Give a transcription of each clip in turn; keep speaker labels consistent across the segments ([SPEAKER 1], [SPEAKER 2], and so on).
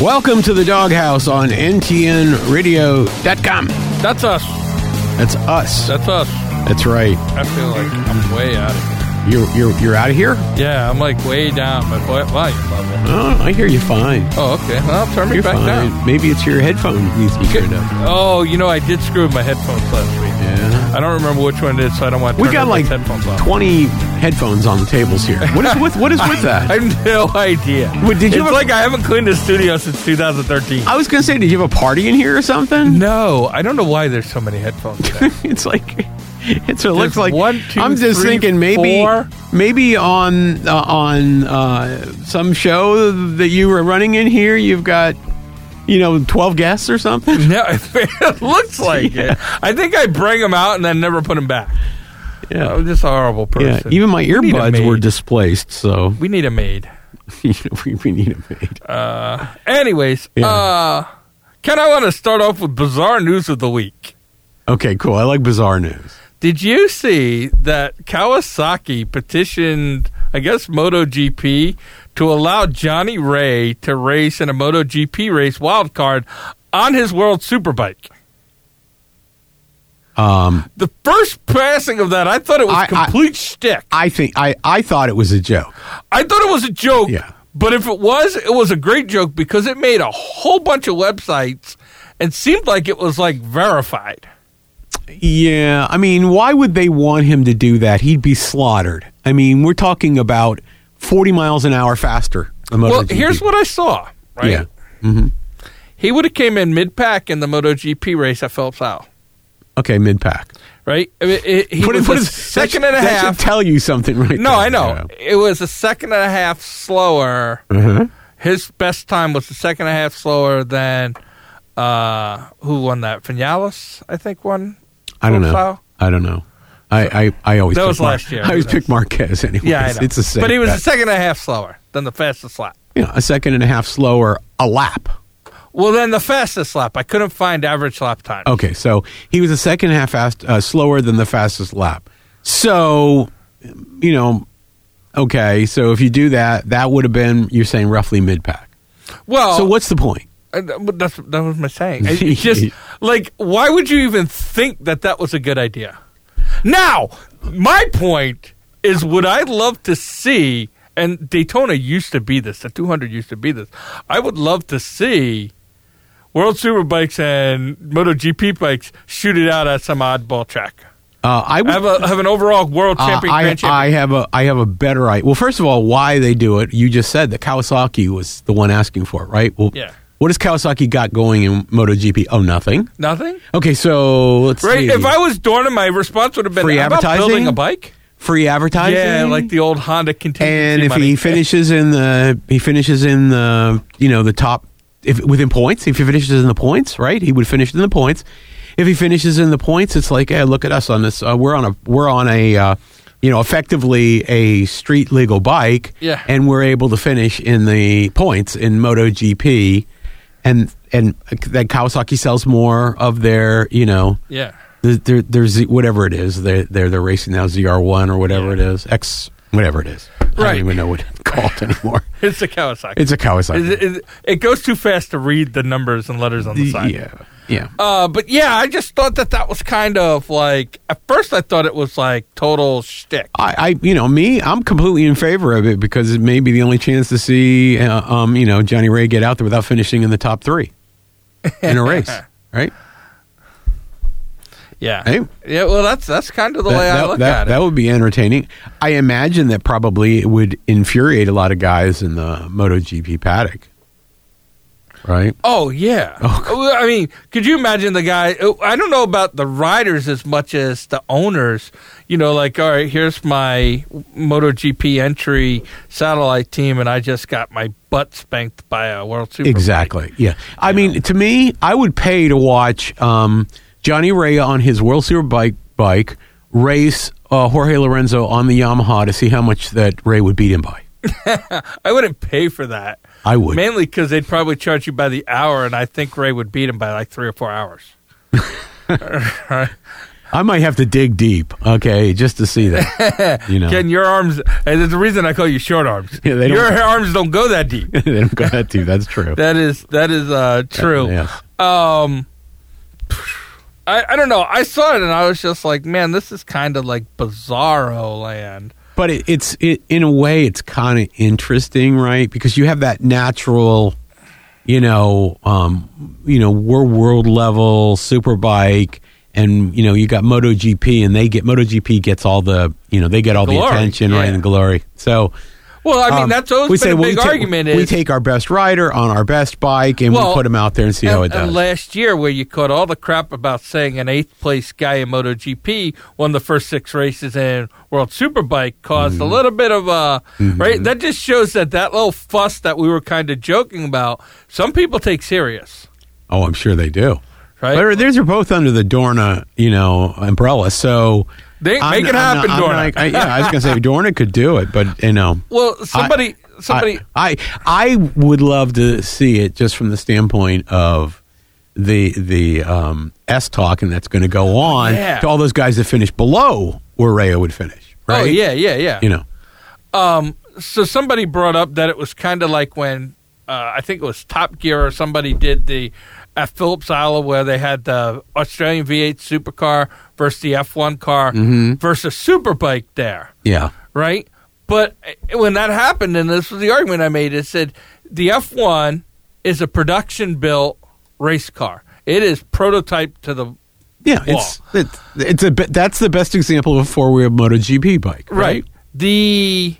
[SPEAKER 1] Welcome to the doghouse on ntnradio.com.
[SPEAKER 2] That's us.
[SPEAKER 1] That's us.
[SPEAKER 2] That's us.
[SPEAKER 1] That's right.
[SPEAKER 2] I feel like I'm way out of here.
[SPEAKER 1] You're you're, you're out of here?
[SPEAKER 2] Yeah, I'm like way down my vo- volume level.
[SPEAKER 1] Oh, I hear you fine.
[SPEAKER 2] Oh, okay. Well, turn me
[SPEAKER 1] You're
[SPEAKER 2] back
[SPEAKER 1] fine.
[SPEAKER 2] down.
[SPEAKER 1] Maybe it's your headphone needs to be turned up.
[SPEAKER 2] Oh, you know, I did screw with my headphones last week.
[SPEAKER 1] Yeah.
[SPEAKER 2] I don't remember which one it is, so I don't want to
[SPEAKER 1] We
[SPEAKER 2] turn
[SPEAKER 1] got like
[SPEAKER 2] everyone's headphones off.
[SPEAKER 1] 20 headphones on the tables here. What is with what is with
[SPEAKER 2] I
[SPEAKER 1] that?
[SPEAKER 2] have no idea.
[SPEAKER 1] What, did you have
[SPEAKER 2] it's
[SPEAKER 1] a-
[SPEAKER 2] like I haven't cleaned the studio since 2013.
[SPEAKER 1] I was going to say did you have a party in here or something?
[SPEAKER 2] No, I don't know why there's so many headphones. there.
[SPEAKER 1] it's like it's, it looks like
[SPEAKER 2] one, two,
[SPEAKER 1] I'm just
[SPEAKER 2] three,
[SPEAKER 1] thinking maybe
[SPEAKER 2] four.
[SPEAKER 1] maybe on uh, on uh, some show that you were running in here you've got you know 12 guests or something
[SPEAKER 2] no, it looks like it. I think I bring them out and then never put them back. I
[SPEAKER 1] yeah
[SPEAKER 2] was just a horrible
[SPEAKER 1] yeah
[SPEAKER 2] person.
[SPEAKER 1] even my
[SPEAKER 2] We need a
[SPEAKER 1] earbuds were
[SPEAKER 2] maid.
[SPEAKER 1] displaced so
[SPEAKER 2] We need a maid.
[SPEAKER 1] you know, we, we need a maid
[SPEAKER 2] Uh, anyways,
[SPEAKER 1] Yeah.
[SPEAKER 2] uh, Ken, I want to start off with bizarre news of the week.
[SPEAKER 1] okay cool I like bizarre news
[SPEAKER 2] Did you see that Kawasaki petitioned, I guess, MotoGP to allow Johnny Ray to race in a MotoGP race wildcard on his World Superbike?
[SPEAKER 1] um
[SPEAKER 2] The first passing of that, I thought it was
[SPEAKER 1] I- I-
[SPEAKER 2] complete shtick.
[SPEAKER 1] I think I I thought it was a joke
[SPEAKER 2] I thought it was a joke.
[SPEAKER 1] Yeah.
[SPEAKER 2] But if it was, it was a great joke because it made a whole bunch of websites and seemed like it was like verified.
[SPEAKER 1] Yeah, I mean, why would they want him to do that? He'd be slaughtered. I mean, we're talking about 40 miles an hour faster. than
[SPEAKER 2] Well,
[SPEAKER 1] MotoGP.
[SPEAKER 2] here's what I saw. Right.
[SPEAKER 1] Yeah. Mm-hmm.
[SPEAKER 2] He would have came in mid pack in the MotoGP race at Phelps Isle.
[SPEAKER 1] Okay, mid pack.
[SPEAKER 2] Right. I mean, it- he was a second and a
[SPEAKER 1] that should
[SPEAKER 2] half.
[SPEAKER 1] tell you something right
[SPEAKER 2] No,
[SPEAKER 1] there.
[SPEAKER 2] I know it was a second and a half slower.
[SPEAKER 1] Yeah. Uh-huh.
[SPEAKER 2] His best time was a second and a half slower than uh, who won that? Vinales, I think, won.
[SPEAKER 1] I don't know.
[SPEAKER 2] Profile?
[SPEAKER 1] I don't know. I, I, I always
[SPEAKER 2] That
[SPEAKER 1] pick
[SPEAKER 2] was
[SPEAKER 1] Mar-
[SPEAKER 2] last year.
[SPEAKER 1] I always
[SPEAKER 2] That's-
[SPEAKER 1] pick Marquez anyway.
[SPEAKER 2] Yeah, I know.
[SPEAKER 1] It's the same.
[SPEAKER 2] But he was a
[SPEAKER 1] bet.
[SPEAKER 2] second and a half slower than the fastest lap.
[SPEAKER 1] You know, a second and a half slower a lap.
[SPEAKER 2] Well, then the fastest lap. I couldn't find average lap time.
[SPEAKER 1] Okay, so he was a second and a half fast, uh, slower than the fastest lap. So, you know, okay, so if you do that, that would have been, you're saying, roughly mid pack.
[SPEAKER 2] Well,
[SPEAKER 1] So, what's the point?
[SPEAKER 2] I, but that's that was my saying. I- It's just like why would you even think that that was a good idea? Now, my point is, would I love to see? And Daytona used to be this. The 200 used to be this. I would love to see World Superbikes and MotoGP bikes shoot it out at some oddball track.
[SPEAKER 1] Uh, I would.
[SPEAKER 2] Have a have an overall world
[SPEAKER 1] uh,
[SPEAKER 2] champion.
[SPEAKER 1] I,
[SPEAKER 2] grand champion.
[SPEAKER 1] I have a I have a better idea. Well, first of all, why they do it? You just said that Kawasaki was the one asking for it, right? Well,
[SPEAKER 2] Yeah.
[SPEAKER 1] What has Kawasaki got going in MotoGP? Oh, nothing.
[SPEAKER 2] Nothing.
[SPEAKER 1] Okay, so let's
[SPEAKER 2] Right.
[SPEAKER 1] see.
[SPEAKER 2] If I was Dorna, my response would have been
[SPEAKER 1] Free
[SPEAKER 2] "How about
[SPEAKER 1] advertising?
[SPEAKER 2] building a bike.
[SPEAKER 1] free advertising,
[SPEAKER 2] Yeah, like the old Honda contingency
[SPEAKER 1] and if
[SPEAKER 2] money.
[SPEAKER 1] he finishes in the he finishes in the you know the top if within points if he finishes in the points right he would finish in the points if he finishes in the points it's like hey look at us on this uh, we're on a we're on a uh, you know effectively a street legal bike
[SPEAKER 2] Yeah.
[SPEAKER 1] and we're able to finish in the points in MotoGP and and that Kawasaki sells more of their you know
[SPEAKER 2] yeah,
[SPEAKER 1] the- their, their Z, whatever it is they're, they're they're racing now ZR1 or whatever
[SPEAKER 2] Yeah.
[SPEAKER 1] it is X whatever it is I
[SPEAKER 2] Right.
[SPEAKER 1] don't even know what it's called anymore
[SPEAKER 2] it's the Kawasaki.
[SPEAKER 1] it's a Kawasaki
[SPEAKER 2] it, it- it goes too fast to read the numbers and letters on the side.
[SPEAKER 1] yeah yeah
[SPEAKER 2] Uh, but yeah, I just thought that that was kind of like at first I thought it was like total shtick.
[SPEAKER 1] I, I you know me I'm completely in favor of it because it may be the only chance to see uh, um you know Johnny Ray get out there without finishing in the top three in a race right
[SPEAKER 2] Yeah,
[SPEAKER 1] Hey.
[SPEAKER 2] yeah. Well, that's that's kind of the
[SPEAKER 1] that,
[SPEAKER 2] way I
[SPEAKER 1] that-
[SPEAKER 2] look
[SPEAKER 1] that-
[SPEAKER 2] at it.
[SPEAKER 1] that would be entertaining I imagine that probably it would infuriate a lot of guys in the MotoGP paddock right
[SPEAKER 2] Oh yeah. Well, I mean, could you imagine the guy? uh, I don't know about the riders as much as the owners. You know, like all right, here's my MotoGP entry satellite team, and I just got my butt spanked by a World Superbike.
[SPEAKER 1] Exactly. Yeah. I mean, to me, I would pay to watch um, Johnny Ray on his World Series bike bike race uh, Jorge Lorenzo on the Yamaha to see how much that Ray would beat him by.
[SPEAKER 2] I wouldn't pay for that.
[SPEAKER 1] I would.
[SPEAKER 2] Mainly because they'd probably charge you by the hour, and I think Ray would beat him by like three or four hours.
[SPEAKER 1] I might have to dig deep, okay, just to see that. You know,
[SPEAKER 2] Ken, your arms, and there's a reason I call you short arms.
[SPEAKER 1] Yeah, they don't-
[SPEAKER 2] your arms don't go that deep.
[SPEAKER 1] they don't go that deep. That's true.
[SPEAKER 2] That is that is uh, true.
[SPEAKER 1] yes.
[SPEAKER 2] Um, I I don't know. I saw it and I was just like, man, this is kind of like bizarro land.
[SPEAKER 1] but it, it's it, in a way it's kind of interesting right because you have that natural you know um you know we're world level superbike and you know you got MotoGP and they get MotoGP gets all the you know they get all
[SPEAKER 2] Glory,
[SPEAKER 1] the attention right
[SPEAKER 2] yeah.
[SPEAKER 1] and glory so
[SPEAKER 2] Well, I mean,
[SPEAKER 1] um,
[SPEAKER 2] that's always
[SPEAKER 1] we
[SPEAKER 2] been
[SPEAKER 1] say
[SPEAKER 2] a
[SPEAKER 1] well,
[SPEAKER 2] big
[SPEAKER 1] we ta-
[SPEAKER 2] argument.
[SPEAKER 1] we
[SPEAKER 2] is,
[SPEAKER 1] take our best rider on our best bike and
[SPEAKER 2] Well,
[SPEAKER 1] we put him out there and see how it
[SPEAKER 2] and- and
[SPEAKER 1] does
[SPEAKER 2] last year, where you caught all the crap about saying an eighth place guy in MotoGP won the first six races in World Superbike caused
[SPEAKER 1] Mm-hmm.
[SPEAKER 2] a little bit of a right. That just shows that that little fuss that we were kind of joking about, some people take serious,
[SPEAKER 1] oh I'm sure they do
[SPEAKER 2] right?
[SPEAKER 1] but these are both under the Dorna you know umbrella so
[SPEAKER 2] They-
[SPEAKER 1] I'm-
[SPEAKER 2] make
[SPEAKER 1] I'm
[SPEAKER 2] it
[SPEAKER 1] not-
[SPEAKER 2] happen,
[SPEAKER 1] I'm
[SPEAKER 2] Dorna.
[SPEAKER 1] not- I, yeah, I was gonna say Dorna could do it, but you know,
[SPEAKER 2] well, somebody, somebody,
[SPEAKER 1] I, I I would love to see it just from the standpoint of the the um, S talking that's going to go on
[SPEAKER 2] Yeah.
[SPEAKER 1] to all those guys that finish below where Rayo would finish, right?
[SPEAKER 2] oh yeah, yeah, yeah.
[SPEAKER 1] you know,
[SPEAKER 2] Um, so somebody brought up that it was kind of like when uh, I think it was Top Gear or somebody did the at Phillips Island where they had the Australian V8 supercar versus the F1 car versus superbike there,
[SPEAKER 1] yeah,
[SPEAKER 2] right? But uh, when that happened, and this was the argument I made, it said the F1 is a production built race car. It is prototype to the
[SPEAKER 1] yeah. It's it's, it's a bit, that's the best example of a four wheel MotoGP bike, right?
[SPEAKER 2] right. The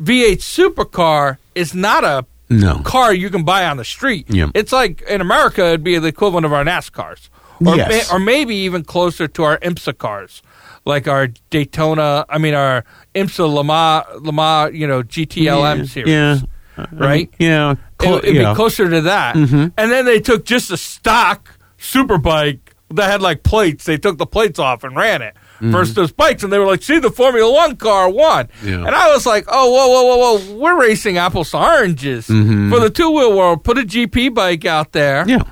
[SPEAKER 2] V8 supercar is not a
[SPEAKER 1] No,
[SPEAKER 2] car you can buy on the street.
[SPEAKER 1] Yeah.
[SPEAKER 2] It's like in America, it'd be the equivalent of our NASCARs, or
[SPEAKER 1] Yes.
[SPEAKER 2] ma- or maybe even closer to our IMSA cars, like our Daytona. I mean, our IMSA Lama Lama, you know, GTLM
[SPEAKER 1] yeah,
[SPEAKER 2] series.
[SPEAKER 1] yeah,
[SPEAKER 2] right?
[SPEAKER 1] Yeah,
[SPEAKER 2] It,
[SPEAKER 1] clo-
[SPEAKER 2] would be
[SPEAKER 1] yeah. Mm-hmm.
[SPEAKER 2] closer to that. And then they took just a stock superbike that had like plates. They took the plates off and ran it
[SPEAKER 1] Mm-hmm.
[SPEAKER 2] versus those bikes. And they were like, see, the Formula One car won.
[SPEAKER 1] Yeah.
[SPEAKER 2] And I was like, oh, whoa, whoa, whoa, whoa. We're racing apples to oranges for the two wheel world. Put a GP bike out there
[SPEAKER 1] Mm-hmm. yeah.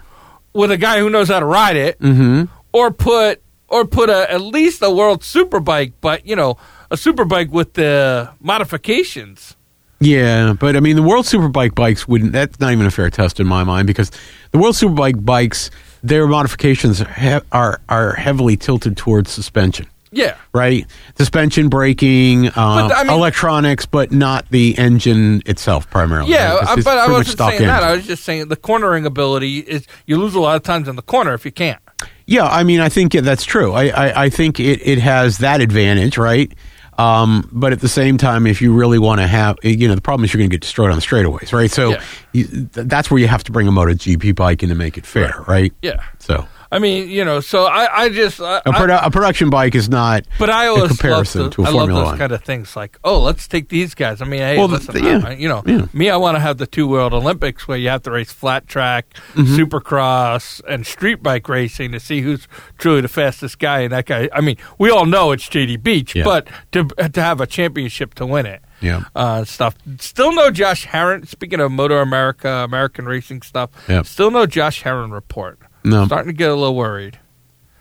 [SPEAKER 2] with a guy who knows how to ride it
[SPEAKER 1] Mm-hmm.
[SPEAKER 2] or put or put a, at least a world superbike, but, you know, a superbike with the modifications.
[SPEAKER 1] Yeah, but I mean, the World Superbike bikes wouldn't. That's not even a fair test in my mind because the World Superbike bikes, their modifications are he- are, are heavily tilted towards suspension,
[SPEAKER 2] Yeah.
[SPEAKER 1] right? Suspension, braking, uh,
[SPEAKER 2] I mean-
[SPEAKER 1] electronics, but not the engine itself primarily.
[SPEAKER 2] Yeah,
[SPEAKER 1] right? 'Cause
[SPEAKER 2] I-
[SPEAKER 1] it's
[SPEAKER 2] but I
[SPEAKER 1] pretty much
[SPEAKER 2] wasn't
[SPEAKER 1] stock
[SPEAKER 2] saying that.
[SPEAKER 1] engine.
[SPEAKER 2] I was just saying the cornering ability is you lose a lot of times in the corner if you can't.
[SPEAKER 1] Yeah, I mean, I think yeah, that's true. I, I, I think it, it has that advantage, right? Um, but at the same time, if you really want to have, you know, the problem is you're going to get destroyed on the straightaways, right? So
[SPEAKER 2] Yeah.
[SPEAKER 1] you, th- that's where you have to bring a MotoGP bike in to make it fair, right?
[SPEAKER 2] Yeah.
[SPEAKER 1] So
[SPEAKER 2] I mean, you know, so I, I just I,
[SPEAKER 1] a,
[SPEAKER 2] I-
[SPEAKER 1] produ- a production bike is not.
[SPEAKER 2] but I
[SPEAKER 1] a
[SPEAKER 2] always
[SPEAKER 1] comparison
[SPEAKER 2] love
[SPEAKER 1] to a
[SPEAKER 2] those, I love
[SPEAKER 1] Formula
[SPEAKER 2] those
[SPEAKER 1] One.
[SPEAKER 2] kind of things like, oh, let's take these guys. I mean, hey,
[SPEAKER 1] Well, the-
[SPEAKER 2] listen,
[SPEAKER 1] yeah,
[SPEAKER 2] I- I- you know,
[SPEAKER 1] yeah.
[SPEAKER 2] me, I want to have the two world Olympics where you have to race flat track,
[SPEAKER 1] Mm-hmm.
[SPEAKER 2] supercross, and street bike racing to see who's truly the fastest guy. And that guy, I mean, we all know it's JD Beach,
[SPEAKER 1] Yeah.
[SPEAKER 2] but to to have a championship to win it,
[SPEAKER 1] Yeah.
[SPEAKER 2] uh, stuff. Still no Josh Heron. Speaking of Motor America, American racing stuff.
[SPEAKER 1] Yep.
[SPEAKER 2] Still no Josh Heron report.
[SPEAKER 1] No.
[SPEAKER 2] Starting to get a little worried.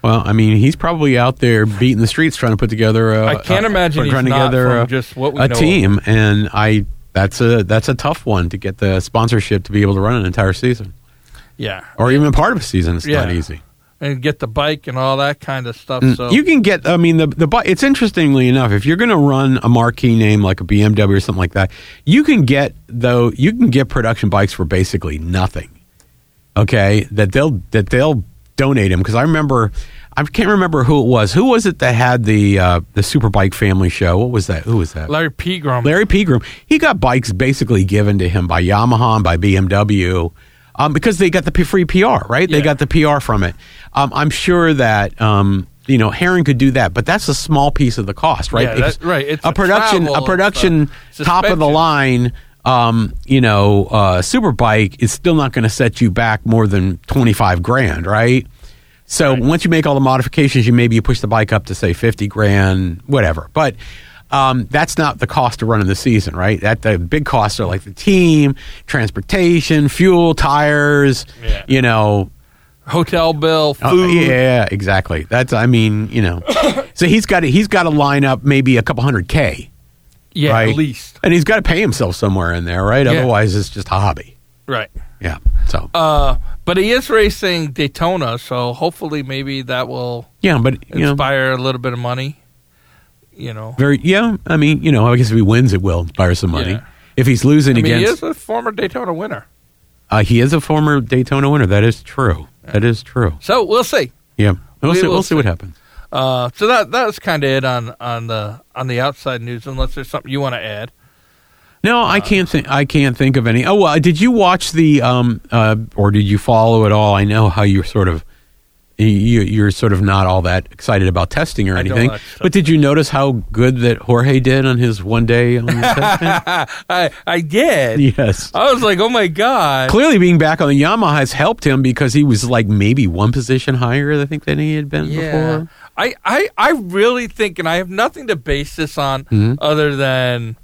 [SPEAKER 1] Well, I mean, he's probably out there beating the streets trying to put together. A,
[SPEAKER 2] I can't
[SPEAKER 1] a-
[SPEAKER 2] imagine he's
[SPEAKER 1] putting
[SPEAKER 2] not
[SPEAKER 1] together
[SPEAKER 2] from
[SPEAKER 1] a,
[SPEAKER 2] just what we
[SPEAKER 1] a
[SPEAKER 2] know.
[SPEAKER 1] team, and I that's a that's a tough one to get the sponsorship to be able to run an entire season
[SPEAKER 2] Yeah,
[SPEAKER 1] or even part of a season. It's not
[SPEAKER 2] Yeah.
[SPEAKER 1] easy.
[SPEAKER 2] and get the bike and all that kind of stuff. So
[SPEAKER 1] Mm. You can get. I mean, the the bu- it's interestingly enough, if you're going to run a marquee name like a BMW or something like that, you can get though you can get production bikes for basically nothing. Okay, that they'll that they'll donate them because I remember I can't remember who it was. Who was it that had the uh, the Superbike Family Show? What was that? Who was that?
[SPEAKER 2] Larry Pegrom.
[SPEAKER 1] Larry Pegram, he got bikes basically given to him by Yamaha and by BMW um, because they got the p- free PR, right? They
[SPEAKER 2] Yeah.
[SPEAKER 1] got the PR from it. Um, I'm sure that. Um, you know, Heron could do that, but that's a small piece of the cost, right?
[SPEAKER 2] Yeah, that- right. It's
[SPEAKER 1] a
[SPEAKER 2] the
[SPEAKER 1] production,
[SPEAKER 2] travel,
[SPEAKER 1] a
[SPEAKER 2] it's
[SPEAKER 1] production
[SPEAKER 2] the
[SPEAKER 1] top of the
[SPEAKER 2] suspension.
[SPEAKER 1] line. Um, you know, uh, superbike is still not going to set you back more than twenty five grand, right? So once you make all the modifications, you maybe you push the bike up to say fifty grand, whatever. But um, that's not the cost of running the season, right? That the big costs are like the team, transportation, fuel, tires,
[SPEAKER 2] Yeah.
[SPEAKER 1] you know,
[SPEAKER 2] hotel bill, food.
[SPEAKER 1] Oh, yeah, exactly. That's I mean, you know. so he's got to, he's got to line up maybe a couple hundred k,
[SPEAKER 2] Yeah,
[SPEAKER 1] right?
[SPEAKER 2] at least.
[SPEAKER 1] and he's got to pay himself somewhere in there, right?
[SPEAKER 2] Yeah.
[SPEAKER 1] Otherwise, it's just a hobby.
[SPEAKER 2] Right.
[SPEAKER 1] Yeah. So
[SPEAKER 2] Uh, but he is racing Daytona, so hopefully maybe that will
[SPEAKER 1] yeah, but you know,
[SPEAKER 2] inspire a little bit of money. You know,
[SPEAKER 1] very yeah. I mean, you know, I guess if he wins, it will buy her some money.
[SPEAKER 2] Yeah.
[SPEAKER 1] If he's losing
[SPEAKER 2] I mean, he
[SPEAKER 1] against,
[SPEAKER 2] is a former Daytona winner,
[SPEAKER 1] uh, he is a former Daytona winner. That is true. That is true.
[SPEAKER 2] so we'll see.
[SPEAKER 1] Yeah. We'll
[SPEAKER 2] We
[SPEAKER 1] see.
[SPEAKER 2] will
[SPEAKER 1] We'll see what
[SPEAKER 2] see.
[SPEAKER 1] happens.
[SPEAKER 2] Uh, so that that was kind of it on on the on the outside news. Unless there's something you want to add.
[SPEAKER 1] No, I can't think. I can't think of any. Oh well, did you watch the um uh or did you follow at all? I know how you're sort of you you're sort of not all that excited about testing or
[SPEAKER 2] I don't
[SPEAKER 1] anything.
[SPEAKER 2] watch
[SPEAKER 1] But did you notice how good that Jorge did on his one day on the test?
[SPEAKER 2] I I did.
[SPEAKER 1] yes.
[SPEAKER 2] I was like, oh my god.
[SPEAKER 1] Clearly, being back on the Yamaha has helped him because he was like maybe one position higher, I think, than he had been before.
[SPEAKER 2] I, I, I really think, and I have nothing to base this on
[SPEAKER 1] Mm-hmm.
[SPEAKER 2] other than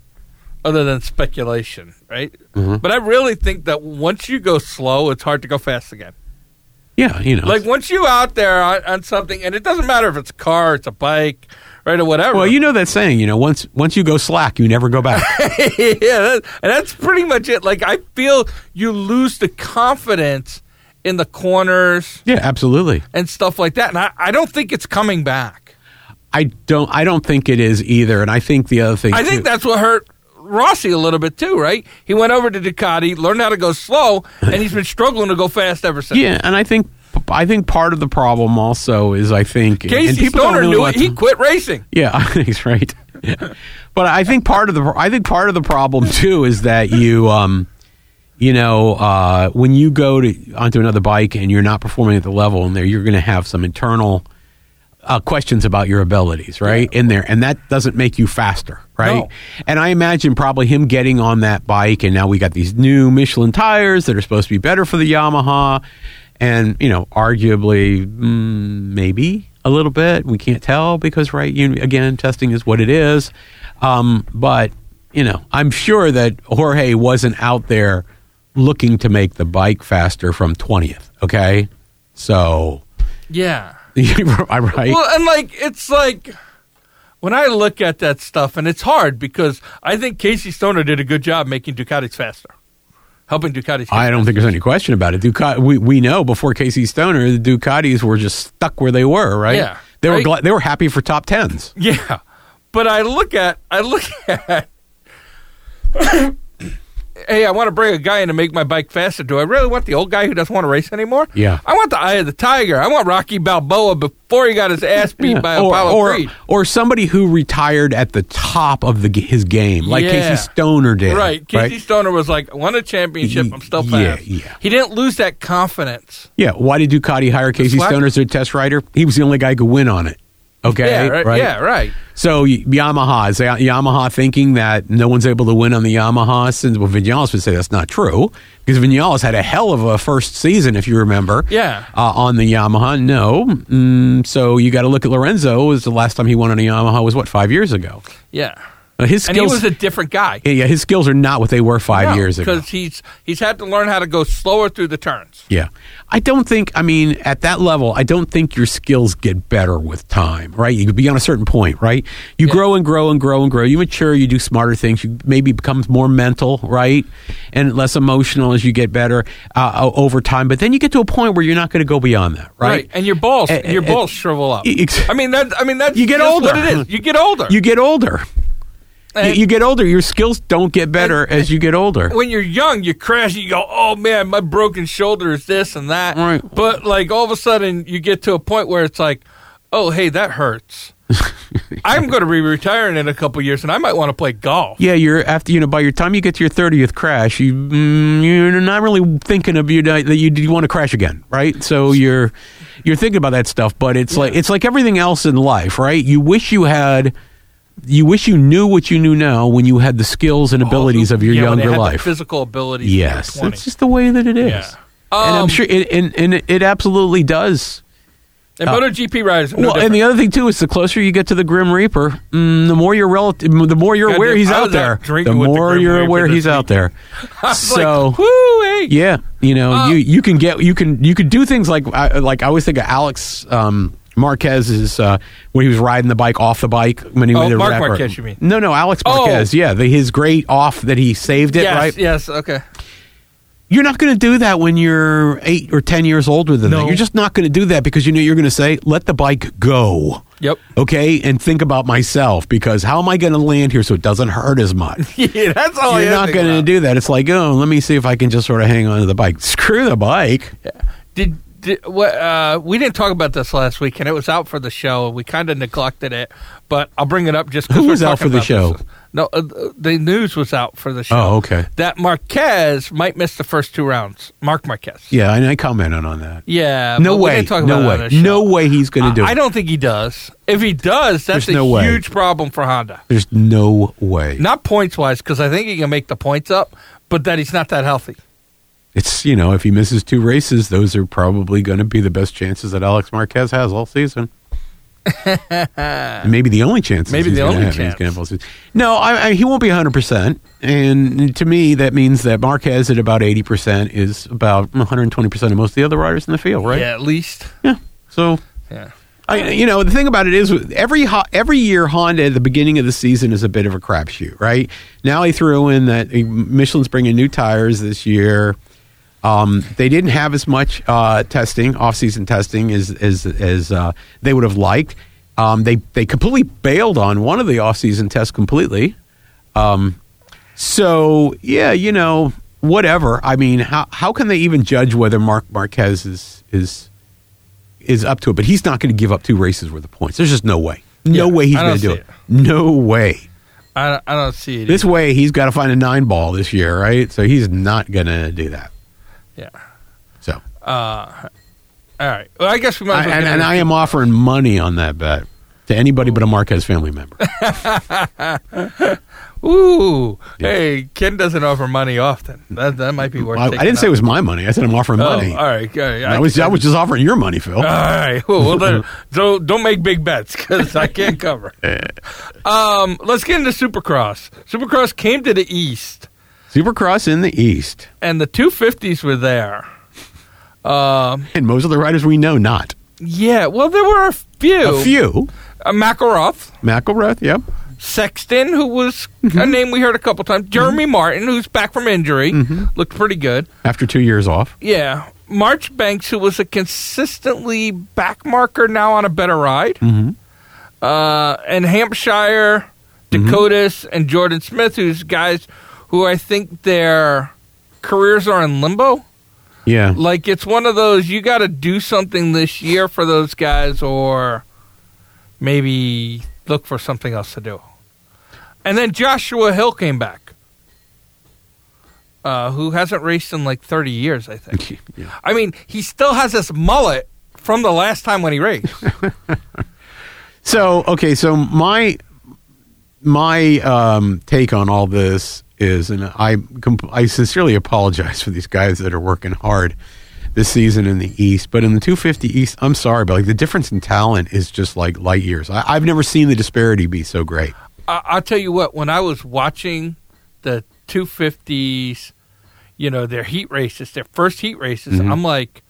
[SPEAKER 2] other than speculation, right?
[SPEAKER 1] Mm-hmm.
[SPEAKER 2] But I really think that once you go slow, it's hard to go fast again.
[SPEAKER 1] Yeah, you know.
[SPEAKER 2] Like once you out there on, on something, and it doesn't matter if it's a car, it's a bike, right, or whatever.
[SPEAKER 1] well, you know that saying, you know, once once you go slack, you never go back.
[SPEAKER 2] yeah, that, and that's pretty much it. Like I feel you lose the confidence in the corners
[SPEAKER 1] yeah, absolutely.
[SPEAKER 2] and stuff like that, and I, I don't think it's coming back.
[SPEAKER 1] I don't. I don't think it is either. And I think the other thing.
[SPEAKER 2] I
[SPEAKER 1] too-
[SPEAKER 2] think that's what hurt Rossi a little bit too, right? He went over to Ducati, learned how to go slow, and he's been struggling to go fast ever since.
[SPEAKER 1] Yeah, and I think I think part of the problem also is I think and
[SPEAKER 2] Casey
[SPEAKER 1] people don't
[SPEAKER 2] Stoner
[SPEAKER 1] really
[SPEAKER 2] knew
[SPEAKER 1] want
[SPEAKER 2] it. He
[SPEAKER 1] to-
[SPEAKER 2] quit racing.
[SPEAKER 1] yeah, he's right. Yeah. But I think part of the I think part of the problem too is that you um you know uh, when you go to onto another bike and you're not performing at the level in there you're going to have some internal uh, questions about your abilities right in there and that doesn't make you faster right
[SPEAKER 2] No.
[SPEAKER 1] and I imagine probably him getting on that bike, and now we got these new Michelin tires that are supposed to be better for the Yamaha, and you know, arguably, mm, maybe a little bit. We can't tell because, right? You again, testing is what it is. Um, but you know, I'm sure that Jorge wasn't out there looking to make the bike faster from 20th. Okay, so
[SPEAKER 2] Yeah.
[SPEAKER 1] I right.
[SPEAKER 2] Well, and like it's like when I look at that stuff, and it's hard because I think Casey Stoner did a good job making Ducatis faster, helping Ducatis.
[SPEAKER 1] I don't think there's any question about it. Ducati, we, we know before Casey Stoner, the Ducatis were just stuck where they were, right?
[SPEAKER 2] Yeah.
[SPEAKER 1] They were
[SPEAKER 2] Right.
[SPEAKER 1] gla- they were happy for top tens.
[SPEAKER 2] Yeah, but I look at I look at. hey, I want to bring a guy in to make my bike faster. Do I really want the old guy who doesn't want to race anymore?
[SPEAKER 1] Yeah.
[SPEAKER 2] I want the eye of the tiger. I want Rocky Balboa before he got his ass beat by
[SPEAKER 1] or,
[SPEAKER 2] Apollo
[SPEAKER 1] or,
[SPEAKER 2] Creed.
[SPEAKER 1] or somebody who retired at the top of the g- his game, like
[SPEAKER 2] Yeah.
[SPEAKER 1] Casey Stoner did.
[SPEAKER 2] Right, Casey Stoner was like, I "Won a championship. I'm still
[SPEAKER 1] Yeah,
[SPEAKER 2] fast."
[SPEAKER 1] yeah.
[SPEAKER 2] He didn't lose that confidence.
[SPEAKER 1] Yeah. Why did Ducati hire Casey
[SPEAKER 2] slack-
[SPEAKER 1] Stoner as their test rider? He was the only guy who could win on it. Okay.
[SPEAKER 2] yeah, right, Yeah, right.
[SPEAKER 1] So y- Yamaha is that Yamaha thinking that no one's able to win on the Yamaha since well Vinales would say that's not true because Vinales had a hell of a first season if you remember
[SPEAKER 2] Yeah.
[SPEAKER 1] uh, on the Yamaha no mm, so you got to look at Lorenzo was the last time he won on a Yamaha was what five years ago
[SPEAKER 2] Yeah,
[SPEAKER 1] Uh, his
[SPEAKER 2] and he
[SPEAKER 1] skills
[SPEAKER 2] was a different guy.
[SPEAKER 1] yeah his skills are not what they were five years ago
[SPEAKER 2] because he's he's had to learn how to go slower through the turns.
[SPEAKER 1] Yeah. I don't think, I mean, at that level, I don't think your skills get better with time, right? You could be on a certain point, right? You grow and grow and grow and grow. You mature, you do smarter things, you maybe become more mental, right? And less emotional as you get better uh, o- over time. But then you get to a point where you're not going to go beyond that, right?
[SPEAKER 2] And your balls,
[SPEAKER 1] And-
[SPEAKER 2] your
[SPEAKER 1] and-
[SPEAKER 2] balls shrivel up.
[SPEAKER 1] E- ex-
[SPEAKER 2] I mean that. I mean that's
[SPEAKER 1] You get
[SPEAKER 2] just What
[SPEAKER 1] older.
[SPEAKER 2] it is. You get older.
[SPEAKER 1] You get older. You-
[SPEAKER 2] And
[SPEAKER 1] you get older. Your skills don't get better as you get older.
[SPEAKER 2] when you're young, you crash. You go, oh man, my broken shoulder is this and that.
[SPEAKER 1] Right.
[SPEAKER 2] But like all of a sudden, you get to a point where it's like, oh hey, that hurts. I'm going to be retiring in a couple years, and I might want to play golf.
[SPEAKER 1] Yeah, you're after you know. By your time you get to your thirtieth crash, you mm, you're not really thinking of you that you, you want to crash again, right? So you're you're thinking about that stuff, but it's like it's like everything else in life, right? You wish you had, you wish you knew what you knew now when you had the skills and abilities of your
[SPEAKER 2] Oh, Yeah, when they
[SPEAKER 1] younger
[SPEAKER 2] had the
[SPEAKER 1] life.
[SPEAKER 2] physical abilities. when they're
[SPEAKER 1] Yes,
[SPEAKER 2] 20.
[SPEAKER 1] it's just the way that it is,
[SPEAKER 2] Yeah.
[SPEAKER 1] and I'm
[SPEAKER 2] Um,
[SPEAKER 1] sure it and, and it absolutely does.
[SPEAKER 2] And MotoGP riders. Are no
[SPEAKER 1] well, and the
[SPEAKER 2] different.
[SPEAKER 1] other thing too is the closer you get to the Grim Reaper, mm, the more you're relative, the more you're
[SPEAKER 2] Goddamn,
[SPEAKER 1] aware he's
[SPEAKER 2] I
[SPEAKER 1] out
[SPEAKER 2] was out
[SPEAKER 1] there. the
[SPEAKER 2] drinking with the
[SPEAKER 1] more
[SPEAKER 2] Grim
[SPEAKER 1] you're
[SPEAKER 2] Reaper
[SPEAKER 1] aware
[SPEAKER 2] this
[SPEAKER 1] he's out there.
[SPEAKER 2] I was like, Uh,
[SPEAKER 1] so
[SPEAKER 2] whoo, hey.
[SPEAKER 1] yeah, you know, you you can get you can you can do things like I, like I always think of Alex um, Marquez's uh, when he was riding the bike off the bike when he
[SPEAKER 2] Oh,
[SPEAKER 1] was a
[SPEAKER 2] Mark
[SPEAKER 1] rapper.
[SPEAKER 2] Marquez, you mean.
[SPEAKER 1] No, no, Alex
[SPEAKER 2] Oh.
[SPEAKER 1] Marquez. Yeah, the, his great off that he saved it.
[SPEAKER 2] yes,
[SPEAKER 1] right?
[SPEAKER 2] yes, okay.
[SPEAKER 1] You're not going to do that when you're eight or ten years older than that.
[SPEAKER 2] No.
[SPEAKER 1] You're just not going to do that because you know you're going to say, "Let the bike go."
[SPEAKER 2] Yep.
[SPEAKER 1] Okay, and think about myself because how am I going to land here so it doesn't hurt as much?
[SPEAKER 2] yeah, that's all I
[SPEAKER 1] You're
[SPEAKER 2] had
[SPEAKER 1] not
[SPEAKER 2] to
[SPEAKER 1] going
[SPEAKER 2] think
[SPEAKER 1] to do
[SPEAKER 2] about.
[SPEAKER 1] that. It's like, oh, let me see if I can just sort of hang on to the bike. Screw the bike.
[SPEAKER 2] Did, did what? Uh, we didn't talk about this last week, and it was out for the show, and we kind of neglected it. But I'll bring it up just 'cause
[SPEAKER 1] Who
[SPEAKER 2] we're
[SPEAKER 1] was out
[SPEAKER 2] talking
[SPEAKER 1] for the
[SPEAKER 2] about
[SPEAKER 1] show?
[SPEAKER 2] this. No, uh, the news was out for the show.
[SPEAKER 1] Oh, okay.
[SPEAKER 2] That Marquez might miss the first two rounds. Mark Marquez.
[SPEAKER 1] Yeah, and I commented on that.
[SPEAKER 2] Yeah.
[SPEAKER 1] No
[SPEAKER 2] but we
[SPEAKER 1] way.
[SPEAKER 2] didn't talk
[SPEAKER 1] No
[SPEAKER 2] about it on
[SPEAKER 1] way.
[SPEAKER 2] the show.
[SPEAKER 1] No way he's going to do
[SPEAKER 2] I
[SPEAKER 1] it.
[SPEAKER 2] don't think he does. If he does, that's
[SPEAKER 1] There's
[SPEAKER 2] a
[SPEAKER 1] no way.
[SPEAKER 2] huge problem for Honda.
[SPEAKER 1] There's no way.
[SPEAKER 2] Not points wise, because I think he can make the points up, but that he's not that healthy.
[SPEAKER 1] It's, you know, if he misses two races, those are probably going to be the best chances that Alex Marquez has all season. And Maybe the only chance.
[SPEAKER 2] Maybe the only
[SPEAKER 1] have. He's
[SPEAKER 2] chance.
[SPEAKER 1] gonna have all season. No, I, I, he won't be 100%. And to me, that means that Marquez at about 80% is about 120% of most of the other riders in the field, right?
[SPEAKER 2] Yeah, at least.
[SPEAKER 1] yeah. So
[SPEAKER 2] Yeah.
[SPEAKER 1] I, you know, the thing about it is every ho- every year Honda at the beginning of the season is a bit of a crapshoot, right? Now they threw in that eh, Michelin's bringing new tires this year. Um, they didn't have as much uh, testing, off-season testing, as as as uh, they would have liked. Um, they they completely bailed on one of the off-season tests completely. Um, so yeah, you know, whatever. I mean, how how can they even judge whether Mark Marquez is is is up to it? But he's not going to give up two races worth of points. There's just no way. No
[SPEAKER 2] Yeah,
[SPEAKER 1] way he's
[SPEAKER 2] I
[SPEAKER 1] going
[SPEAKER 2] don't
[SPEAKER 1] to do
[SPEAKER 2] see
[SPEAKER 1] it. No way.
[SPEAKER 2] I, I don't see it.
[SPEAKER 1] This way, he's got to find a nine ball this year, right? So he's not going to do that.
[SPEAKER 2] either. yeah.
[SPEAKER 1] So,
[SPEAKER 2] All right. Well, I guess we might.
[SPEAKER 1] I,
[SPEAKER 2] As well
[SPEAKER 1] and,
[SPEAKER 2] get
[SPEAKER 1] and
[SPEAKER 2] it.
[SPEAKER 1] I am offering money on that bet to anybody but a Marquez family member.
[SPEAKER 2] Ooh.
[SPEAKER 1] Yeah.
[SPEAKER 2] Hey, Ken doesn't offer money often. That that might be worth.
[SPEAKER 1] I, I
[SPEAKER 2] taking
[SPEAKER 1] didn't say it
[SPEAKER 2] up.
[SPEAKER 1] was my money. I said I'm offering
[SPEAKER 2] Oh,
[SPEAKER 1] money.
[SPEAKER 2] all right. All right.
[SPEAKER 1] I, was I was just offering your money, Phil.
[SPEAKER 2] All right. Well, well then, so don't make big bets because I can't cover. um, let's get into Supercross. Supercross came to the East,
[SPEAKER 1] Supercross in the East,
[SPEAKER 2] and the 250s were there. Um,
[SPEAKER 1] and most of the riders we know not
[SPEAKER 2] yeah. Well, there were a few.
[SPEAKER 1] a few.
[SPEAKER 2] Uh, Makarov,
[SPEAKER 1] McElrath, yep.
[SPEAKER 2] Sexton, who was
[SPEAKER 1] Mm-hmm.
[SPEAKER 2] a name we heard a couple times. Jeremy Martin, who's back from injury,
[SPEAKER 1] Mm-hmm.
[SPEAKER 2] looked pretty good.
[SPEAKER 1] After two years off,
[SPEAKER 2] Yeah. Marchbanks, who was a consistently back marker, now on a better ride. Uh, and Hampshire, Dakotas, and Jordan Smith, who's guys who I think their careers are in limbo.
[SPEAKER 1] yeah.
[SPEAKER 2] Like, it's one of those, you got to do something this year for those guys, or maybe look for something else to do. And then Joshua Hill came back, uh, who hasn't raced in like 30 years, I think.
[SPEAKER 1] Yeah.
[SPEAKER 2] I mean, he still has this mullet from the last time when he raced.
[SPEAKER 1] So okay, so my my um, take on all this is, and I comp- I sincerely apologize for these guys that are working hard this season in the East, but in the 250 East, I'm sorry, but like the difference in talent is just like light years. I, I've never seen the disparity be so great.
[SPEAKER 2] I- I'll tell you what, when I was watching the 250s, you know, their heat races, their first heat races,
[SPEAKER 1] Mm-hmm.
[SPEAKER 2] I'm like,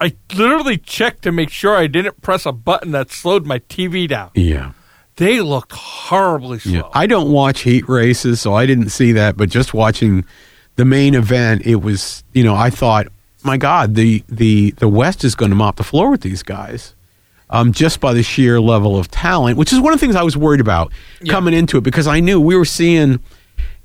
[SPEAKER 2] I literally checked to make sure I didn't press a button that slowed my TV down.
[SPEAKER 1] Yeah.
[SPEAKER 2] They looked horribly slow.
[SPEAKER 1] Yeah. I don't watch heat races, so I didn't see that. But just watching the main event, it was you know I thought, my God, the the the West is going to mop the floor with these guys, um, just by the sheer level of talent, which is one of the things I was worried about
[SPEAKER 2] Yeah.
[SPEAKER 1] coming into it because I knew we were seeing.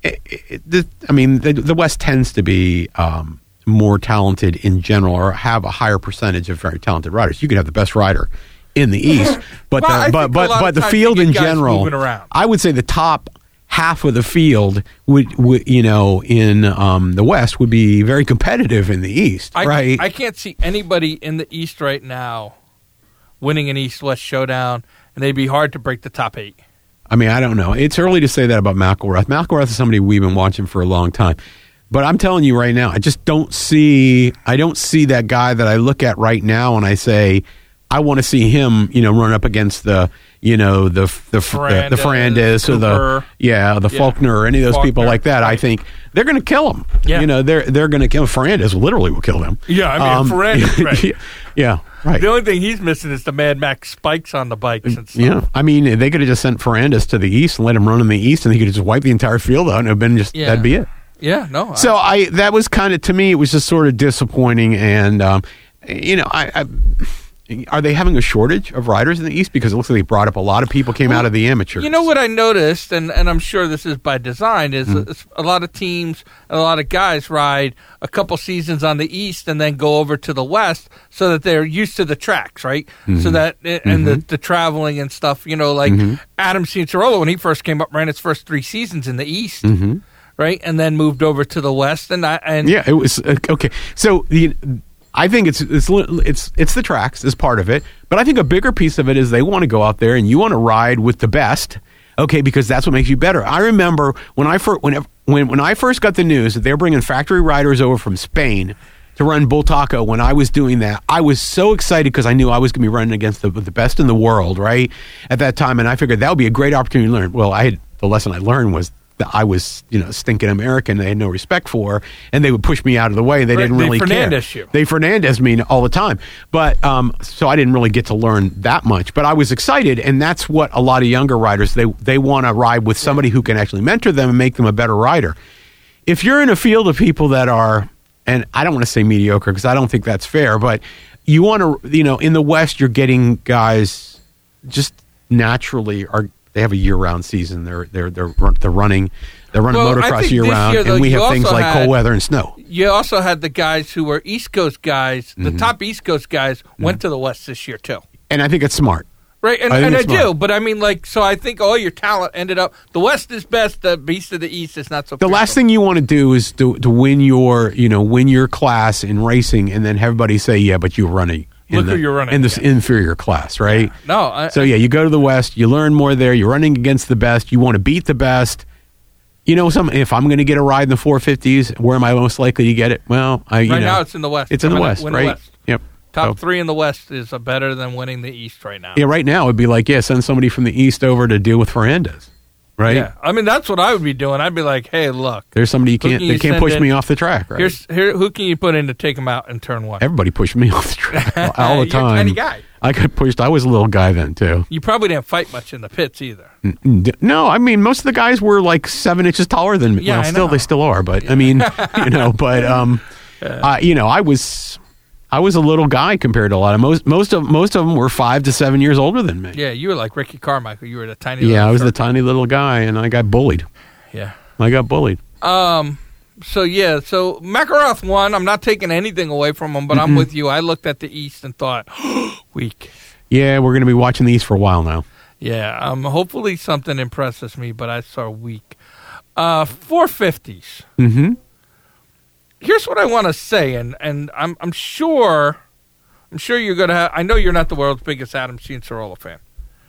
[SPEAKER 1] It, it, the, I mean, the, the West tends to be. Um, more talented in general, or have a higher percentage of very talented riders. You could have the best rider in the East, but
[SPEAKER 2] Well, I
[SPEAKER 1] the, but
[SPEAKER 2] think a
[SPEAKER 1] but
[SPEAKER 2] lot of
[SPEAKER 1] but the
[SPEAKER 2] times you
[SPEAKER 1] field
[SPEAKER 2] get
[SPEAKER 1] in
[SPEAKER 2] guys
[SPEAKER 1] general,
[SPEAKER 2] moving around.
[SPEAKER 1] I would say the top half of the field would, would you know in um, the West would be very competitive in the East,
[SPEAKER 2] I,
[SPEAKER 1] right?
[SPEAKER 2] I can't see anybody in the East right now winning an East West showdown, and they'd be hard to break the top eight.
[SPEAKER 1] I mean, I don't know. It's early to say that about McElrath. McElrath is somebody we've been watching for a long time, but I'm telling you right now, I just don't see. I don't see that guy that I look at right now and I say, I want to see him, you know, run up against the, you know, the the the, the
[SPEAKER 2] Fernandez,
[SPEAKER 1] Fernandez or the
[SPEAKER 2] Cooper.
[SPEAKER 1] yeah, the
[SPEAKER 2] Yeah.
[SPEAKER 1] Faulkner or any of those people
[SPEAKER 2] Faulkner,
[SPEAKER 1] like that. I
[SPEAKER 2] right.
[SPEAKER 1] think they're going to kill him.
[SPEAKER 2] Yeah.
[SPEAKER 1] You know, they're they're going to kill him. Fernandez literally will kill him. Um,
[SPEAKER 2] Yeah, I mean, Fernandez, right.
[SPEAKER 1] yeah, yeah, right.
[SPEAKER 2] The only thing he's missing is the Mad Max spikes on the bikes
[SPEAKER 1] Mm,
[SPEAKER 2] and stuff.
[SPEAKER 1] Yeah, I mean, they could have just sent Fernandez to the east and let him run in the east, and he could have just wiped the entire field out, and it have been just
[SPEAKER 2] Yeah.
[SPEAKER 1] that'd be it.
[SPEAKER 2] Yeah, no.
[SPEAKER 1] So I that was kind of to me it was just sort of disappointing, and um, you know I. I are they having a shortage of riders in the East? Because it looks like they brought up a lot of people came out of the amateur.
[SPEAKER 2] You know what I noticed, and, and I'm sure this is by design, is
[SPEAKER 1] Mm-hmm.
[SPEAKER 2] is a lot of teams and a lot of guys ride a couple seasons on the east and then go over to the west so that they're used to the tracks, right?
[SPEAKER 1] Mm-hmm.
[SPEAKER 2] So that eh, and the, the traveling and stuff. You know, like Adam Ciancerolo when he first came up, ran his first three seasons in the east. Right, and then moved over to the west, and I and
[SPEAKER 1] Mm-hmm. Yeah, it was uh, okay. So the, I think it's it's li- it's it's the tracks is part of it, but I think a bigger piece of it is they want to go out there and you want to ride with the best. Okay, because that's what makes you better. I remember when I first when when when I first got the news that they're bringing factory riders over from Spain to run Bull Taco when I was doing that, I was so excited because I knew I was going to be running against the, the best in the world, right? At that time, and I figured that would be a great opportunity to learn. Well, I had the lesson I learned was that I was, you know, stinking American. They had no respect for, and they would push me out of the way. They
[SPEAKER 2] Right,
[SPEAKER 1] didn't
[SPEAKER 2] they
[SPEAKER 1] really
[SPEAKER 2] Fernandez
[SPEAKER 1] care.
[SPEAKER 2] you.
[SPEAKER 1] They Fernandez me all the time, but um, so I didn't really get to learn that much. But I was excited, and that's what a lot of younger riders they they want to ride with somebody who can actually mentor them and make them a better rider. If you're in a field of people that are, and I don't want to say mediocre because I don't think that's fair, but you want to, you know, in the West, you're getting guys just naturally are they have a year-round season. They're they're they're run- they're running they're running
[SPEAKER 2] Well, I
[SPEAKER 1] motocross
[SPEAKER 2] think this
[SPEAKER 1] year-round,
[SPEAKER 2] year, though,
[SPEAKER 1] and we
[SPEAKER 2] you
[SPEAKER 1] have things
[SPEAKER 2] also
[SPEAKER 1] like cold
[SPEAKER 2] had-
[SPEAKER 1] weather and snow.
[SPEAKER 2] you also had the guys who were East Coast guys. The
[SPEAKER 1] Mm-hmm.
[SPEAKER 2] top East Coast guys went to the west this year too.
[SPEAKER 1] And I think it's smart.
[SPEAKER 2] Right, and
[SPEAKER 1] I
[SPEAKER 2] I,
[SPEAKER 1] think
[SPEAKER 2] and I
[SPEAKER 1] it's
[SPEAKER 2] do,
[SPEAKER 1] smart.
[SPEAKER 2] but I mean, like, so I think all your talent ended up. The West is best. The Beast of the East is not so.
[SPEAKER 1] The last thing you want to do is to, to win your you know win your class in racing, and then have everybody say, "Yeah, but you're running." in
[SPEAKER 2] Look
[SPEAKER 1] the-
[SPEAKER 2] who you're running
[SPEAKER 1] in this
[SPEAKER 2] against.
[SPEAKER 1] inferior class, right?
[SPEAKER 2] No, I,
[SPEAKER 1] So yeah, you go to the West, you learn more there. You're running against the best. You want to beat the best. You know, some if I'm going to get a ride in the 450s, where am I most likely to get it? Well, I you
[SPEAKER 2] right
[SPEAKER 1] know,
[SPEAKER 2] now it's in the West.
[SPEAKER 1] it's in the
[SPEAKER 2] Win
[SPEAKER 1] West,
[SPEAKER 2] win
[SPEAKER 1] right?
[SPEAKER 2] West.
[SPEAKER 1] Yep.
[SPEAKER 2] Top
[SPEAKER 1] So-
[SPEAKER 2] three in the West is uh, better than winning the East right now.
[SPEAKER 1] Yeah, right now it'd be like, yeah, send somebody from the east over to deal with Fernandez, right?
[SPEAKER 2] Yeah. I mean, that's what I would be doing. I'd be like, hey, look,
[SPEAKER 1] There's somebody you can't
[SPEAKER 2] can
[SPEAKER 1] they
[SPEAKER 2] you
[SPEAKER 1] can't
[SPEAKER 2] send
[SPEAKER 1] push
[SPEAKER 2] in?
[SPEAKER 1] me off the track, right?
[SPEAKER 2] here's here. Who can you put in to take him out in turn one?
[SPEAKER 1] Everybody pushed me off the track all the
[SPEAKER 2] You're a
[SPEAKER 1] time.
[SPEAKER 2] tiny guy.
[SPEAKER 1] I got pushed. I was a little guy then too.
[SPEAKER 2] You probably didn't fight much in the pits either.
[SPEAKER 1] D- No, I mean most of the guys were like seven inches taller than me.
[SPEAKER 2] Yeah,
[SPEAKER 1] well,
[SPEAKER 2] I
[SPEAKER 1] still
[SPEAKER 2] know.
[SPEAKER 1] they still are, but I mean, you know, but um, uh, you know, I was I was a little guy compared to a lot of most most of most of them were five to seven years older than me.
[SPEAKER 2] Yeah, you were like Ricky Carmichael. You were the tiny.
[SPEAKER 1] yeah
[SPEAKER 2] little
[SPEAKER 1] I was the
[SPEAKER 2] short-
[SPEAKER 1] tiny little guy, and I got bullied.
[SPEAKER 2] yeah.
[SPEAKER 1] I got bullied.
[SPEAKER 2] Um. So yeah. So Makarov won. I'm not taking anything away from him, but
[SPEAKER 1] Mm-hmm.
[SPEAKER 2] I'm with you. I looked at the East and thought, weak.
[SPEAKER 1] Yeah, we're going to be watching these for a while now.
[SPEAKER 2] Yeah. Um. Hopefully something impresses me, but I saw weak. Uh. Four fifties.
[SPEAKER 1] Mm-hmm.
[SPEAKER 2] Here's what I want to say, and and I'm I'm sure, I'm sure you're gonna. Have, I know you're not the world's biggest Adam Ciancerola fan.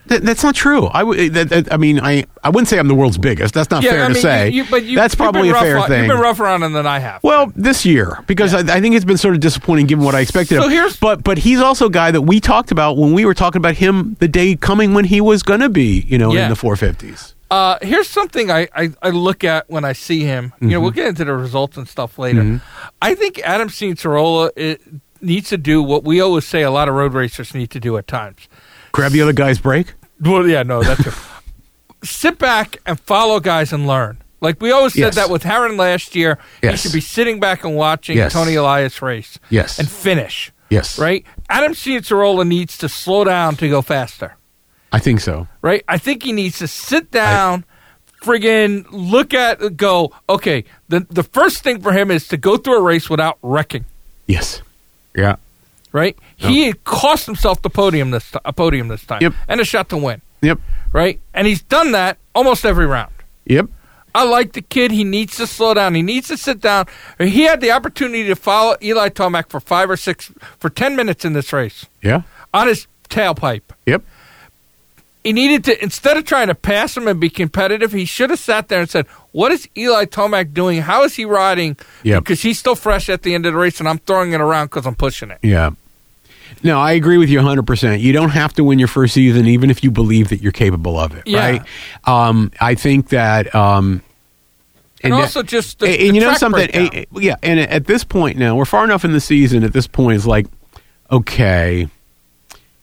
[SPEAKER 1] That, that's not true. I, w- eh, that, that, I mean, I, I wouldn't say I'm the world's biggest. That's not fair
[SPEAKER 2] I
[SPEAKER 1] to
[SPEAKER 2] mean,
[SPEAKER 1] say.
[SPEAKER 2] you- you- but you,
[SPEAKER 1] that's
[SPEAKER 2] you've been
[SPEAKER 1] probably a
[SPEAKER 2] rough
[SPEAKER 1] fair
[SPEAKER 2] on-
[SPEAKER 1] thing.
[SPEAKER 2] You've been rough around than I have.
[SPEAKER 1] Well, this year because I, I think it's been sort of disappointing given what I expected.
[SPEAKER 2] So
[SPEAKER 1] of him.
[SPEAKER 2] here's-
[SPEAKER 1] but but he's also a guy that we talked about when we were talking about him the day coming when he was going to be you know
[SPEAKER 2] Yeah.
[SPEAKER 1] in the 450s.
[SPEAKER 2] Uh, here's something I, I, I look at when I see him. You
[SPEAKER 1] Mm-hmm.
[SPEAKER 2] know, we'll get into the results and stuff later. I think Adam Ciancerola it, needs to do what we always say a lot of road racers need to do at times.
[SPEAKER 1] Grab the other guy's break.
[SPEAKER 2] Well, yeah, no, that's true. Sit back and follow guys and learn. Like we always said
[SPEAKER 1] Yes.
[SPEAKER 2] that with Heron last year, he
[SPEAKER 1] Yes.
[SPEAKER 2] should be sitting back and watching
[SPEAKER 1] Yes.
[SPEAKER 2] Tony Elias race
[SPEAKER 1] Yes.
[SPEAKER 2] and finish.
[SPEAKER 1] yes.
[SPEAKER 2] Right? Adam Ciancerola needs to slow down to go faster
[SPEAKER 1] I think so.
[SPEAKER 2] right? I think he needs to sit down, friggin' look at go. Okay, the the first thing for him is to go through a race without wrecking,
[SPEAKER 1] Yes. Yeah.
[SPEAKER 2] right? He cost himself the podium this ti- a podium this time,
[SPEAKER 1] Yep.
[SPEAKER 2] and a shot to win,
[SPEAKER 1] Yep.
[SPEAKER 2] right? And he's done that almost every round.
[SPEAKER 1] Yep.
[SPEAKER 2] I like the kid. He needs to slow down. He needs to sit down. He had the opportunity to follow Eli Tomac for five or six, for ten minutes in this race
[SPEAKER 1] Yeah.
[SPEAKER 2] on his tailpipe.
[SPEAKER 1] Yep.
[SPEAKER 2] he needed to instead of trying to pass him and be competitive, he should have sat there and said, "What is Eli Tomac doing? How is he riding?
[SPEAKER 1] Yep.
[SPEAKER 2] Because he's still fresh at the end of the race, and I'm throwing it around because I'm pushing it."
[SPEAKER 1] Yeah. No, I agree with you 100%. You don't have to win your first season, even if you believe that you're capable of it,
[SPEAKER 2] Yeah.
[SPEAKER 1] right? Um, I think that. Um,
[SPEAKER 2] And,
[SPEAKER 1] that-
[SPEAKER 2] also just the,
[SPEAKER 1] and,
[SPEAKER 2] the
[SPEAKER 1] and you know
[SPEAKER 2] track
[SPEAKER 1] something
[SPEAKER 2] breakdown.
[SPEAKER 1] eh, eh, yeah and at this point now we're far enough in the season at this point it's like okay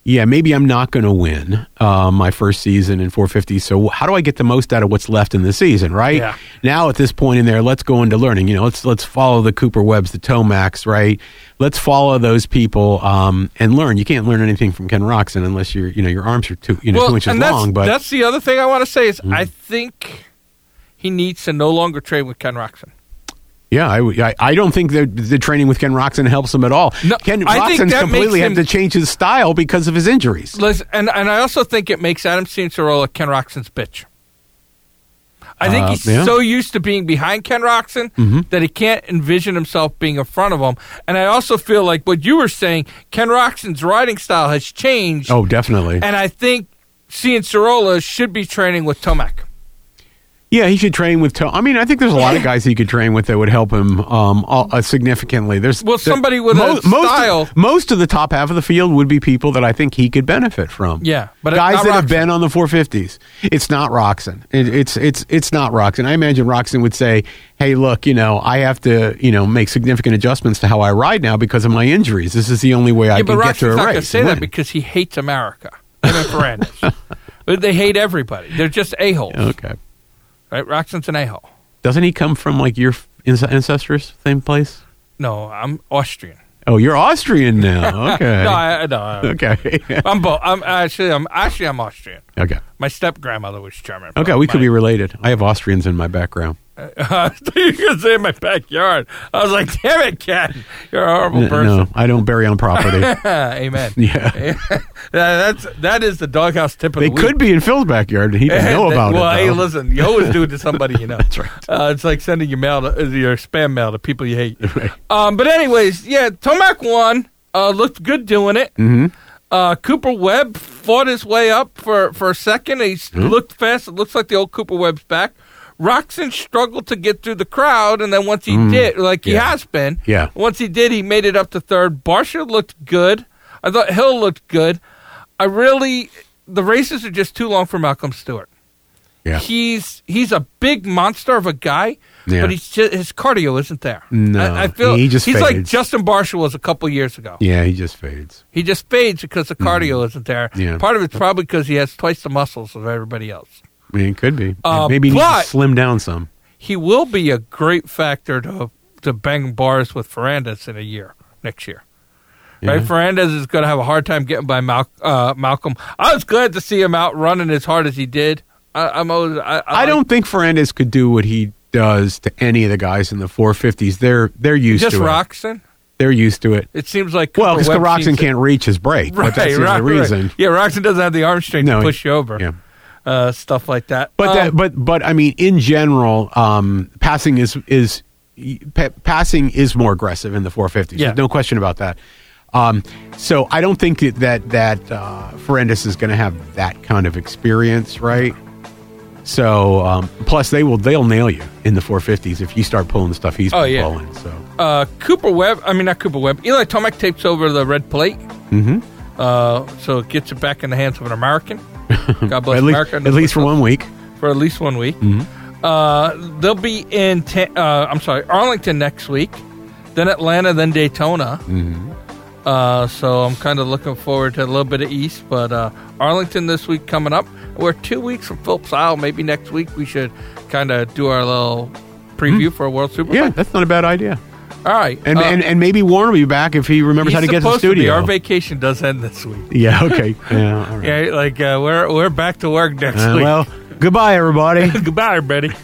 [SPEAKER 1] yeah maybe i'm not going to win uh, my first season in 450 so how do i get the most out of what's left in the season right
[SPEAKER 2] Yeah.
[SPEAKER 1] now at this point in there let's go into learning you know let's let's follow the cooper webbs the tomax right let's follow those people um, and learn you can't learn anything from ken roxon unless you're you know your arms are two you know two inches
[SPEAKER 2] and that's,
[SPEAKER 1] long but Mm-hmm.
[SPEAKER 2] that's the other thing I want to say is I think he needs to no longer trade with Ken Roxon.
[SPEAKER 1] Yeah, I, I, I don't think that the training with Ken Roxon helps him at all.
[SPEAKER 2] No,
[SPEAKER 1] Ken
[SPEAKER 2] I think
[SPEAKER 1] Roxon's
[SPEAKER 2] that
[SPEAKER 1] completely
[SPEAKER 2] makes him-
[SPEAKER 1] had to change his style because of his injuries.
[SPEAKER 2] Listen, and and I also think it makes Adam Cianciarola Ken Roxon's bitch. I think
[SPEAKER 1] Uh,
[SPEAKER 2] he's
[SPEAKER 1] yeah. Mm-hmm.
[SPEAKER 2] so used to being behind Ken Roxon that he can't envision himself being in front of him. And I also feel like what you were saying, Ken Roxon's riding style has changed,
[SPEAKER 1] Oh, definitely.
[SPEAKER 2] and I think Cianciarola should be training with Tomac.
[SPEAKER 1] Yeah, he should train with. To- I mean, I think there's a lot of guys he could train with that would help him um, all, uh, significantly. There's
[SPEAKER 2] Well,
[SPEAKER 1] there-
[SPEAKER 2] somebody with a style-
[SPEAKER 1] Most, most of the top half of the field would be people that I think he could benefit from.
[SPEAKER 2] Yeah, but it-
[SPEAKER 1] guys
[SPEAKER 2] not
[SPEAKER 1] that have
[SPEAKER 2] Roxon.
[SPEAKER 1] been on the 450s. It's not Roxon. It, it's it's it's not Roxon. I imagine Roxon would say, "Hey, look, you know, I have to, you know, make significant adjustments to how I ride now because of my injuries. This is the only way I
[SPEAKER 2] Yeah,
[SPEAKER 1] can
[SPEAKER 2] but
[SPEAKER 1] get to a
[SPEAKER 2] Roxy's not going to
[SPEAKER 1] race."
[SPEAKER 2] say
[SPEAKER 1] and
[SPEAKER 2] that
[SPEAKER 1] win."
[SPEAKER 2] because he hates America. Him and Ferrandez. But they hate everybody. They're just a-holes.
[SPEAKER 1] okay,
[SPEAKER 2] Right? Roxon's an a-hole.
[SPEAKER 1] doesn't he come from like your f- ince- ancestors' same place?
[SPEAKER 2] No, I'm Austrian.
[SPEAKER 1] Oh, you're Austrian now. Okay.
[SPEAKER 2] No, I, I- no, I,
[SPEAKER 1] Okay.
[SPEAKER 2] I'm both. I'm actually, I'm actually, I'm Austrian.
[SPEAKER 1] okay.
[SPEAKER 2] My step grandmother was German.
[SPEAKER 1] Okay. We could be related. I have Austrians in my background.
[SPEAKER 2] you could say in my backyard. I was like, damn it, Ken, you're a horrible
[SPEAKER 1] N-
[SPEAKER 2] person.
[SPEAKER 1] no, I don't bury on property.
[SPEAKER 2] Amen.
[SPEAKER 1] yeah.
[SPEAKER 2] That's that is the doghouse tip of
[SPEAKER 1] They
[SPEAKER 2] the week.
[SPEAKER 1] could be in Phil's backyard. He didn't know
[SPEAKER 2] That-
[SPEAKER 1] about
[SPEAKER 2] well,
[SPEAKER 1] it.
[SPEAKER 2] hey,
[SPEAKER 1] though.
[SPEAKER 2] listen, you always do it to somebody you know. That's
[SPEAKER 1] right.
[SPEAKER 2] Uh, it's like sending your mail, to, uh, your spam mail to people you hate. Um, but anyways, yeah, Tomac won. Uh, looked good doing it. Mm-hmm. Uh, Cooper Webb fought his way up for, for a second. He s looked fast. It looks like the old Cooper Webb's back. Roxon struggled to get through the crowd, and then once he did, like he
[SPEAKER 1] Mm. Yeah.
[SPEAKER 2] has been,
[SPEAKER 1] Yeah.
[SPEAKER 2] Once he did, he made it up to third. Barsha looked good. I thought Hill looked good. I really, the races are just too long for Malcolm Stewart.
[SPEAKER 1] Yeah.
[SPEAKER 2] He's he's a big monster of a guy,
[SPEAKER 1] Yeah.
[SPEAKER 2] but he's just, his cardio isn't there.
[SPEAKER 1] No,
[SPEAKER 2] I, I feel
[SPEAKER 1] he just
[SPEAKER 2] he's like
[SPEAKER 1] fades.
[SPEAKER 2] Justin Barsha was a couple years ago.
[SPEAKER 1] Yeah, he just fades.
[SPEAKER 2] He just fades because the cardio isn't there.
[SPEAKER 1] Yeah.
[SPEAKER 2] Part of it's probably because he has twice the muscles of everybody else.
[SPEAKER 1] I mean, it could be.
[SPEAKER 2] Uh,
[SPEAKER 1] Maybe he
[SPEAKER 2] but-
[SPEAKER 1] needs to slim down some.
[SPEAKER 2] He will be a great factor to to bang bars with Ferrandez in a year next year. Right,
[SPEAKER 1] Yeah.
[SPEAKER 2] Ferrandez is going to have a hard time getting by Mal- uh, Malcolm. I was glad to see him out running as hard as he did. I, I'm always, I, I,
[SPEAKER 1] I,
[SPEAKER 2] like-
[SPEAKER 1] don't think Fernandez could do what he does to any of the guys in the 450s. They're they're used
[SPEAKER 2] just
[SPEAKER 1] to it.
[SPEAKER 2] Roxon.
[SPEAKER 1] They're used to it.
[SPEAKER 2] It seems like
[SPEAKER 1] Well, because
[SPEAKER 2] Cooper Webb
[SPEAKER 1] Roxon
[SPEAKER 2] seems to-
[SPEAKER 1] can't reach his break.
[SPEAKER 2] Right,
[SPEAKER 1] but that's the
[SPEAKER 2] right,
[SPEAKER 1] only
[SPEAKER 2] right.
[SPEAKER 1] reason.
[SPEAKER 2] Yeah, Roxon doesn't have the arm strength
[SPEAKER 1] No,
[SPEAKER 2] to
[SPEAKER 1] he-
[SPEAKER 2] push you over.
[SPEAKER 1] yeah.
[SPEAKER 2] Uh, stuff like that.
[SPEAKER 1] But
[SPEAKER 2] Um,
[SPEAKER 1] that, but but I mean, in general, um, passing is is pa- passing is more aggressive in the 450s.
[SPEAKER 2] Yeah.
[SPEAKER 1] There's no question about that. Um, so I don't think that that, that uh, Ferendis is going to have that kind of experience, right? So um, plus they will they'll nail you in the 450s if you start pulling the stuff he's
[SPEAKER 2] Oh,
[SPEAKER 1] been
[SPEAKER 2] yeah.
[SPEAKER 1] pulling. So
[SPEAKER 2] uh, Cooper Webb, I mean, not Cooper Webb, Eli Tomac tapes over the red plate. Mm-hmm. Uh, so it gets it back in the hands of an American. God bless
[SPEAKER 1] at least
[SPEAKER 2] America.
[SPEAKER 1] at least for one week.
[SPEAKER 2] for at least one week.
[SPEAKER 1] Mm-hmm.
[SPEAKER 2] Uh, they'll be in, Ta- uh, I'm sorry, Arlington next week, then Atlanta, then Daytona.
[SPEAKER 1] Mm-hmm.
[SPEAKER 2] Uh, so I'm kind of looking forward to a little bit of East, but uh, Arlington this week coming up. We're two weeks from Phillips Isle. Maybe next week we should kind of do our little preview for World Superbike.
[SPEAKER 1] Mm-hmm. Yeah, that's not a bad idea.
[SPEAKER 2] All right.
[SPEAKER 1] And
[SPEAKER 2] uh,
[SPEAKER 1] and, and maybe Warren will be back if he remembers
[SPEAKER 2] he's
[SPEAKER 1] how to get to the
[SPEAKER 2] supposed be.
[SPEAKER 1] studio.
[SPEAKER 2] Our vacation does end this week.
[SPEAKER 1] yeah. Okay. Yeah. all right.
[SPEAKER 2] Yeah, like uh, we're we're back to work next
[SPEAKER 1] Uh,
[SPEAKER 2] week.
[SPEAKER 1] well, goodbye, everybody.
[SPEAKER 2] Goodbye, everybody.